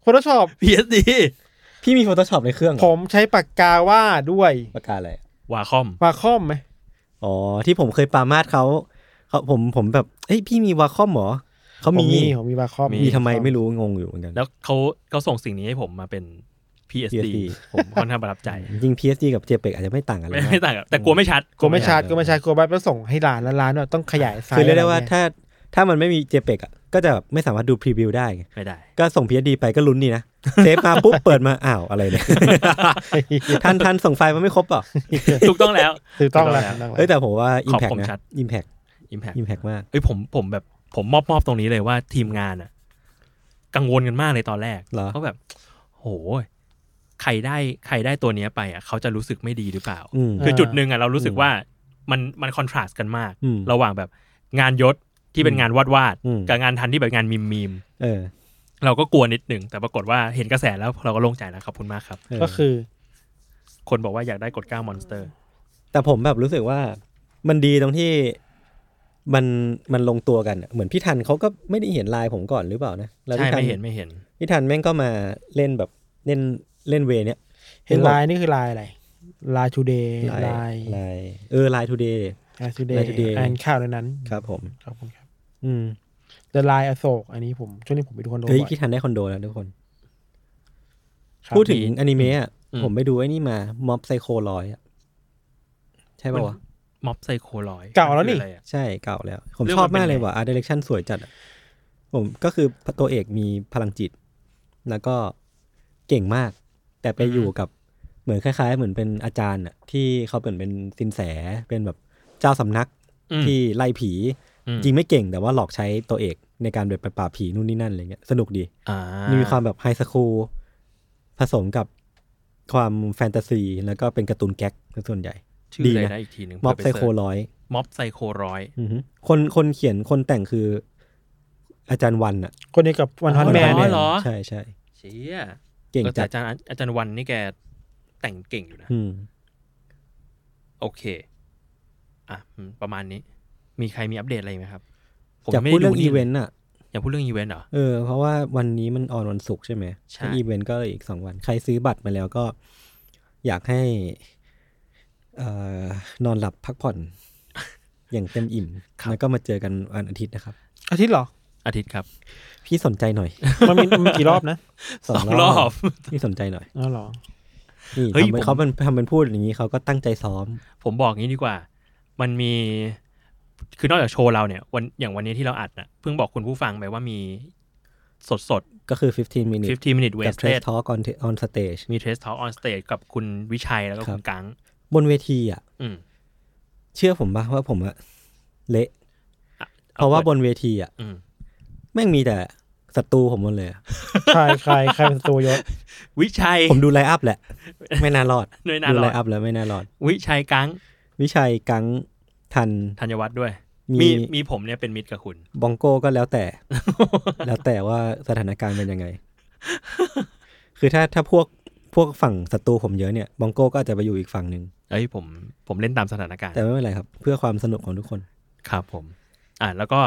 Speaker 5: คนทดสอบ
Speaker 3: PSD
Speaker 4: พี่มี Photoshop ในเครื่องเหรอ
Speaker 5: ผมใช้ปากกาว่าดด้วย
Speaker 4: ปากกาอะไร
Speaker 3: วาคอม
Speaker 5: วาคอมไหม
Speaker 4: อ๋อ ที่ผมเคยปรามาดเขาเขาผมผมแบบเอ้ยพี่มีวาคอมเหรอเขามี
Speaker 5: ผมมีผมมีวาคอม
Speaker 4: มีทำไมไม่รู้งงอยู่เหมือนกัน
Speaker 3: แล้วเขาเขาส่งสิ่งนี้ให้ผมมาเป็น PSD
Speaker 4: PSD
Speaker 3: ผมค่อนข้างประทับใจ
Speaker 4: จริง PSD กับ JPEG อาจจะไม่ต่างกันเล
Speaker 3: ไม่
Speaker 4: ย
Speaker 3: ไม่ต่างกับแต่กลัวไม่ชัด
Speaker 5: กลัวไม่ชัด
Speaker 4: เออ
Speaker 5: กลัวไม่ชัดกลัวบัตรแล้วส่งให้ร้านแล้วร้านเนี่ยต้องขยายไซส์
Speaker 4: คือเรียกได้ว่า
Speaker 5: ะรเงี้ย
Speaker 4: ถ้าถ้ามันไม่มี JPEG อะก็จะไม่สามารถดูพรีวิวได้ไง
Speaker 3: ไม่ได้
Speaker 4: ก็ส่ง PSD ไปก็ลุ้นดีนะ เซฟมาปุ๊บ เปิดมาอ้าวอะไรเนี่ย ทันทันส่งไฟล์มาไม่ครบเปล่ะ
Speaker 3: ถูกต้องแล้ว
Speaker 5: ถูกต้องแล้
Speaker 3: ถูก
Speaker 5: ว
Speaker 3: ต้องแล้ว
Speaker 4: เอ้ยแต่ผมว่า
Speaker 3: ขอบ
Speaker 4: Impact
Speaker 3: ผม
Speaker 4: นะ
Speaker 3: ชัด
Speaker 4: Impact
Speaker 3: Impact
Speaker 4: Impact มาก
Speaker 3: เอ้ยผมผมแบบผมมอบมอบตรงนี้เลยว่าทีมงานอะกังวลกันมากเลยตอนแรก
Speaker 4: เหรอ
Speaker 3: เขาแบบ โหยใครได้ใครได้ตัวเนี้ยไปอะเขาจะรู้สึกไม่ดีหรือเปล่า
Speaker 4: อืม
Speaker 3: คือจุดหนึ่งอะเรารู้สึกว่ามันมันคอนทราสต์กันมาก
Speaker 4: อืม
Speaker 3: ระหว่างแบบงานยศที่เป็นงานวาดวาดๆ
Speaker 4: อืม
Speaker 3: กับงานทันที่แบบงานมีมมีม
Speaker 4: เออ
Speaker 3: ๆเราก็กลัวนิดหนึ่งแต่ปรากฏว่าเห็นกระแสแล้วเราก็โล่งใจแล้วขอบคุณมากครับ
Speaker 4: เออ
Speaker 5: ก็คือ
Speaker 3: คนบอกว่าอยากได้กดก้ามอนสเตอร์
Speaker 4: แต่ผมแบบรู้สึกว่ามันดีตรงที่มันมันลงตัวกันอะเหมือนพี่ทันเขาก็ไม่ได้เห็นไลน์ผมก่อนหรือเปล่านะแล้ว
Speaker 3: ใช่
Speaker 4: พี่ทั
Speaker 3: ไม่เห็นไม่เห็น
Speaker 4: พี่ทันแม่งก็มาเล่นแบบเล่นเล่นเวย์เนี้ย
Speaker 5: เห็นไลน์นี่คือไลน์อะไรไลน์ทูเดย์
Speaker 4: ไลน์
Speaker 5: ไลน์
Speaker 4: ไลน์เออไลน์ทูเดย์
Speaker 5: ไลน์ทูเด
Speaker 4: Line Today
Speaker 5: ย์อ่านข่าวในนั้น
Speaker 4: ครับผม
Speaker 5: ขอบคุณครับ
Speaker 4: อืม
Speaker 5: แต่ไลน์อโศกอันนี้ผมช่วงนี้ผมไปดูคอนโด
Speaker 4: เฮ้ย
Speaker 5: บ่อย
Speaker 4: พี่ทันได้คอนโดแล้วทุกคน
Speaker 5: ครับ
Speaker 4: พูดถึง
Speaker 3: มี
Speaker 4: อนิเมะอะ
Speaker 3: อืม
Speaker 4: ผมไปดูไอ้นี่มาม็อบไซโคลอยใช่ป่าวะ
Speaker 3: ม็อบไซโคลอย
Speaker 5: เก่าแล้ว
Speaker 3: คื
Speaker 5: นี่
Speaker 3: ออะไรอะ
Speaker 4: ใช่ เก่าแล้ว ผม
Speaker 3: เรื่อง
Speaker 4: ชอบ
Speaker 3: มันเป็น
Speaker 4: มากเลย
Speaker 3: ไง
Speaker 4: ว่ะอาร์ตเดเรคชั่นสวยจัดอะผมก็คือตัวเอกมีพลังจิต แล้วก็เก่งมาก แต่ไปอยู่กับเหมือนคล้าย ๆ เหมือนเป็นอาจารย์อะที่เขาเป็นเป็นสินแสเป็นแบบเจ้าสำนัก
Speaker 3: อืม
Speaker 4: ที่ไล่ผี
Speaker 3: อืม
Speaker 4: จริงไม่เก่งแต่ว่าหลอกใช้ตัวเอกในการแบบไปปราบผีนู่นนี่นั่นอะไรเงี้ยสนุกดี
Speaker 3: อ่า
Speaker 4: มีความแบบไฮสคูลผสมกับความแฟนตาซี แล้วก็เป็นการ์ตูนแก๊กเป็นส่วนใหญ่
Speaker 3: ชื่อ
Speaker 4: ดี
Speaker 3: อะไร
Speaker 4: นะ
Speaker 3: นะอีกทีหนึ่ง
Speaker 4: ม็อบไซ
Speaker 3: เผื่
Speaker 4: โค
Speaker 3: ปเสิร์ช
Speaker 4: ร้อย
Speaker 3: ม็อบไซโคร้อย
Speaker 4: คนคนเขียนคนแต่งคืออาจารย์วันอะ
Speaker 5: คนนี้กับวันฮอนแมน
Speaker 4: วั
Speaker 5: เนี่ย
Speaker 4: เหรอ ใช่ใช่
Speaker 3: เชี่ย
Speaker 4: เก่ง
Speaker 3: เออแต่
Speaker 4: จัด
Speaker 3: อาจารย์อาจารย์วันนี่แกแต่งเก่งอยู่นะ
Speaker 4: อืม
Speaker 3: โอเค อ่ะอืมประมาณนี้ มีใครมีอัปเดตอะไรไหมครับ
Speaker 4: อยากพูดเรื่องอีเวน
Speaker 3: ต์
Speaker 4: ต์อะ
Speaker 3: อยากพูดเรื่องอีเวนต์เหรอ
Speaker 4: เออเพราะว่าวันนี้มันออนวันศุกร์ใช่ไหม
Speaker 3: ใช่
Speaker 4: อีเวนต์ก็เลยอีกสองวัน ใครซื้อบัตรมาแล้วก็ อยากให้เอ่อนอนหลับพักผ่อน อย่างเต็มอิ่มแล้วก็มาเจอกันวันอาทิตย์นะครับ
Speaker 5: อาทิตย์เหรอ
Speaker 3: อาทิตย์ครับ
Speaker 4: พี่สนใจหน่อย
Speaker 5: มันมีมันมีกี่รอบนะ
Speaker 4: สอง
Speaker 3: สองร
Speaker 4: ร
Speaker 3: อ
Speaker 4: อ
Speaker 3: บบ
Speaker 4: นี่สนใจหน่อย
Speaker 5: อ๋อเหรอ
Speaker 4: นี่
Speaker 3: เฮ้ย
Speaker 4: ทำเป็น
Speaker 3: ผม
Speaker 4: เขาเป็นทำเป็นพูดอย่างนี้เขาก็ตั้งใจซ้อม
Speaker 3: ผมบอกงี้ดีกว่า มันมี คือนอกจากโชว์เราเนี่ย วันอย่างวันนี้ที่เราอัดนะเพิ่งบอกคุณผู้ฟังไปว่ามีสดสด
Speaker 4: ก็คือ 15 minutes
Speaker 3: ๆ15 minute
Speaker 4: กับ
Speaker 3: wasted
Speaker 4: Trace Talk on on stage
Speaker 3: มี Trace Talk on stage กับคุณวิชัยแล้วก็
Speaker 4: ครั
Speaker 3: คุ
Speaker 4: บ
Speaker 3: ณกัง
Speaker 4: บนเวทีอ่ะ
Speaker 3: อืม
Speaker 4: เชื่อผมปะว่าผมอะเละ
Speaker 3: อ่
Speaker 4: เพราะว่าบนเวทีอ่ะ
Speaker 3: อืม
Speaker 4: แม่งมีแต่ศัตรูผมหมดเลยอะ
Speaker 5: ใครใครใครเป็นตัวยศ
Speaker 3: วิชัย
Speaker 4: ผมดูไลน์อัพแหละ ไม่น่ารอด
Speaker 3: ไม่น่ารอด
Speaker 4: ดูไลน์อัพแล้วไม่น่ารอด
Speaker 3: วิชัยกัง
Speaker 4: วิชัยกังทัน
Speaker 3: ธัญวัฒน์ด้วย
Speaker 4: มี
Speaker 3: มีมีผมเนี่ยเป็นมิตรกับคุณ
Speaker 4: บองโก้ก็แล้ว แต่ แล้วแต่ว่าสถานการณ์เป็นยังไง คือถ้าถ้าพวกพวกฝั่งศัตรูผมเยอะเนี่ย บองโก้ก็อาจจะไปอยู่อีกฝั่งหนึ่ง
Speaker 3: เอ้ยผมผมเล่นตามสถานการณ์
Speaker 4: แต่ไม่เป็นไรครับ เพื่อความสนุกของทุกคน
Speaker 3: ครับผม อ่ะแล้วก็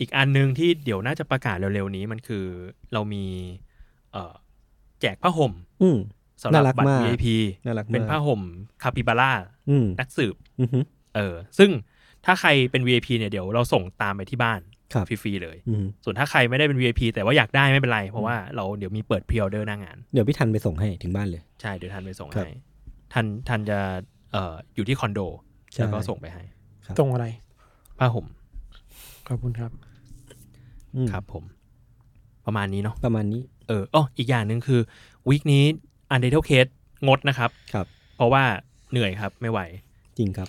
Speaker 3: อีกอันหนึ่งที่เดี๋ยวน่าจะประกาศเร็วๆนี้มันคือเรามี เอ่อแจกผ้าห่ม
Speaker 4: อืม
Speaker 3: สำหรับ
Speaker 4: น่ารัก
Speaker 3: บัตร
Speaker 4: มาก
Speaker 3: VIP
Speaker 4: น่ารักมาก
Speaker 3: เป็นผ้าห่มคาปิบาร่า
Speaker 4: อืม
Speaker 3: นักสืบ
Speaker 4: อือฮึ
Speaker 3: เออ ซึ่งถ้าใครเป็น VIP เนี่ยเดี๋ยวเราส่งตามไปที่บ้าน
Speaker 4: ครับ
Speaker 3: ฟรีๆเลย
Speaker 4: อืม
Speaker 3: ส่วนถ้าใครไม่ได้เป็น VIP แต่ว่าอยากได้ไม่เป็นไร เพราะว่าเราเดี๋ยวมีเปิดพรีออเดอร์หน้างาน
Speaker 4: เดี๋ยวพี่ทันไปส่งให้ถึงบ้านเลย
Speaker 3: ใช่เดี๋ยวทันไปส่ง
Speaker 4: ครับ
Speaker 3: ให้ทันทันจะเอ่ออยู่ที่คอนโด
Speaker 4: ใช่
Speaker 3: แล้วก็ส่งไปให้
Speaker 5: ตรงอะไร
Speaker 3: ผ้าห่ม
Speaker 5: ขอบคุณครับ
Speaker 4: อืม
Speaker 3: ครับผม ประมาณนี้เนาะ
Speaker 4: ประมาณนี้
Speaker 3: เอออ๋ออีกอย่างหนึ่งคือวีคนี้อันเดอร์เคสงดนะครับ
Speaker 4: ครับ
Speaker 3: เพราะว่าเหนื่อยครับไม่ไหว
Speaker 4: จริงครับ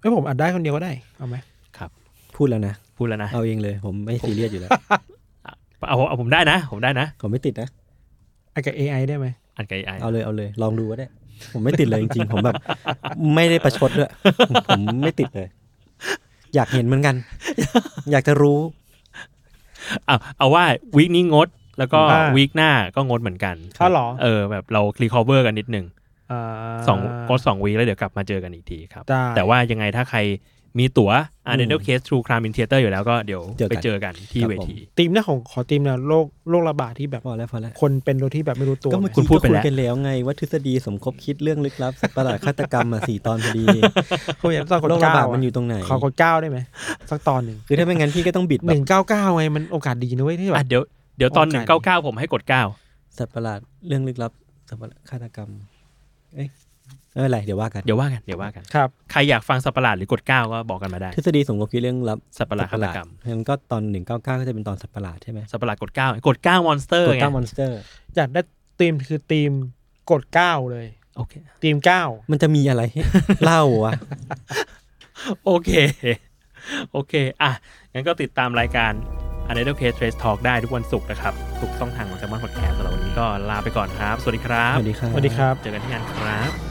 Speaker 5: เอ้ยผมอัดได้คนเดียวก็ได้ เอาไหม
Speaker 3: ครับ
Speaker 4: พูดแล้วนะ
Speaker 3: พูดแล้วนะ
Speaker 4: เอาเองเลย ผมไม่ซีเรียสอยู่แล้ว
Speaker 3: อ่ะเอาเอาผมได้นะ ผมได้นะ
Speaker 4: ผมไม่ติดนะ
Speaker 5: อัดกับ AI ได้ไหม
Speaker 3: อันไกไอ
Speaker 4: เอาเลยเอาเลย ลองดูก็ได้ ผมไม่ติดเลยจริงๆ ผมแบบ ไม่ได้ประชดด้วยผมผมไม่ติดเลย อยากเห็นเหมือนกัน อยากจะรู้
Speaker 3: เอาเอาว่าวีคนี้งด แล้วก็
Speaker 5: อ่า
Speaker 3: วีคหน้าก็งดเหมือนกัน
Speaker 5: อ้าวเหรอ
Speaker 3: เออแบบเรารีคอเวอร์กันนิดหนึง
Speaker 5: อ่า
Speaker 3: สองงดสองวีคแล้วเดี๋ยวกลับมาเจอกันอีกทีครับ
Speaker 5: ได้
Speaker 3: แต่ว่ายังไงถ้าใคร มีตั๋วอันเดอร์เคสทรูครามอินเทอร์อยู่แล้วก็เดี๋ยว
Speaker 4: เจอกัน
Speaker 3: ไปเจอกันที่
Speaker 4: ครับ
Speaker 3: เว
Speaker 4: ผม
Speaker 3: ที
Speaker 5: ตีมหน้าของขอตีมนะโรคโรคระบาดที่แบบ
Speaker 4: พอแล้วพอแล้ว
Speaker 5: คนเป็นโดยที่แบบไม่รู้ตัว
Speaker 4: ก็เมื่อ
Speaker 3: คุ
Speaker 4: กี้
Speaker 3: ณพู
Speaker 4: ก็
Speaker 3: ดไป
Speaker 4: คุย
Speaker 3: แล้
Speaker 4: ว กันแล้วไงว่าทฤษฎีสมคบคิดเรื่องลึกลับสัตว์ประหลาดฆาตกรรมมาสี่ตอนพอ ดี
Speaker 5: เขาอยากตอนกด
Speaker 4: โรคระ
Speaker 5: เก้า
Speaker 4: บาด
Speaker 5: อะ
Speaker 4: มันอยู่ตรงไหน
Speaker 5: ขอกดเก้าได้ไหมสักตอนหนึ่ง
Speaker 4: คือถ้าไม่งั้นพี่ก็ต้องบิด
Speaker 5: ห
Speaker 4: แบบ
Speaker 5: นึ่งเก้าเก้าไงมันโอกาสดีนะเว้ยที่แบ
Speaker 3: อ่ะ
Speaker 5: บ
Speaker 3: เดี๋ยวเดี๋ยวตอน
Speaker 5: โอ
Speaker 3: ห
Speaker 5: เค
Speaker 3: นึ่งเก้าเก้าผมให้กดเก้า
Speaker 4: สัตว์ประหลาดเรื่องลึกลับสัตว์ประหลาดฆาตกรรม เอ้ยไม่เป็นไรเดี๋ยวว่ากัน
Speaker 3: เดี๋ยวว่ากันเดี๋ยวว่ากัน
Speaker 5: ครับ
Speaker 3: ใครอยากฟังสัตว์ประหลาดหรือกดเก้าก็บอกกันมาได้
Speaker 4: ทฤษฎีสมคบคิดเรื่องลับ
Speaker 3: สัตว์ประหลาดฆาตกรรม
Speaker 4: งั้นก็ตอนหนึ่งเก้าเก้าก็จะเป็นตอนสัตว์ประหลาดใช่ไหม
Speaker 3: สัตว์ประหลาดกดเก้ากดเก้ามอนสเตอร์
Speaker 4: ตัว
Speaker 3: ไง
Speaker 4: ตั้งมอนสเตอร์
Speaker 5: อยากได้ตีมคือตีมกดเก้าเลย
Speaker 3: โอเค
Speaker 5: ตีมเก้า
Speaker 4: มันจะมีอะไรให้เล่าวะ
Speaker 3: โอเค โอเค อ่ะ งั้นก็ติดตามรายการอันเดอร์เคสเทรสทอล์กได้ทุกวันศุกร์นะครับทุกช่องทางของแซมมอนพอดแคสต์สำหรับวันนี้ก็ลาไปก่อนครับ สวัสดีครับ
Speaker 4: สวัสดีครับ
Speaker 5: สวัสดีครับ
Speaker 3: เจอกันที่งานครับ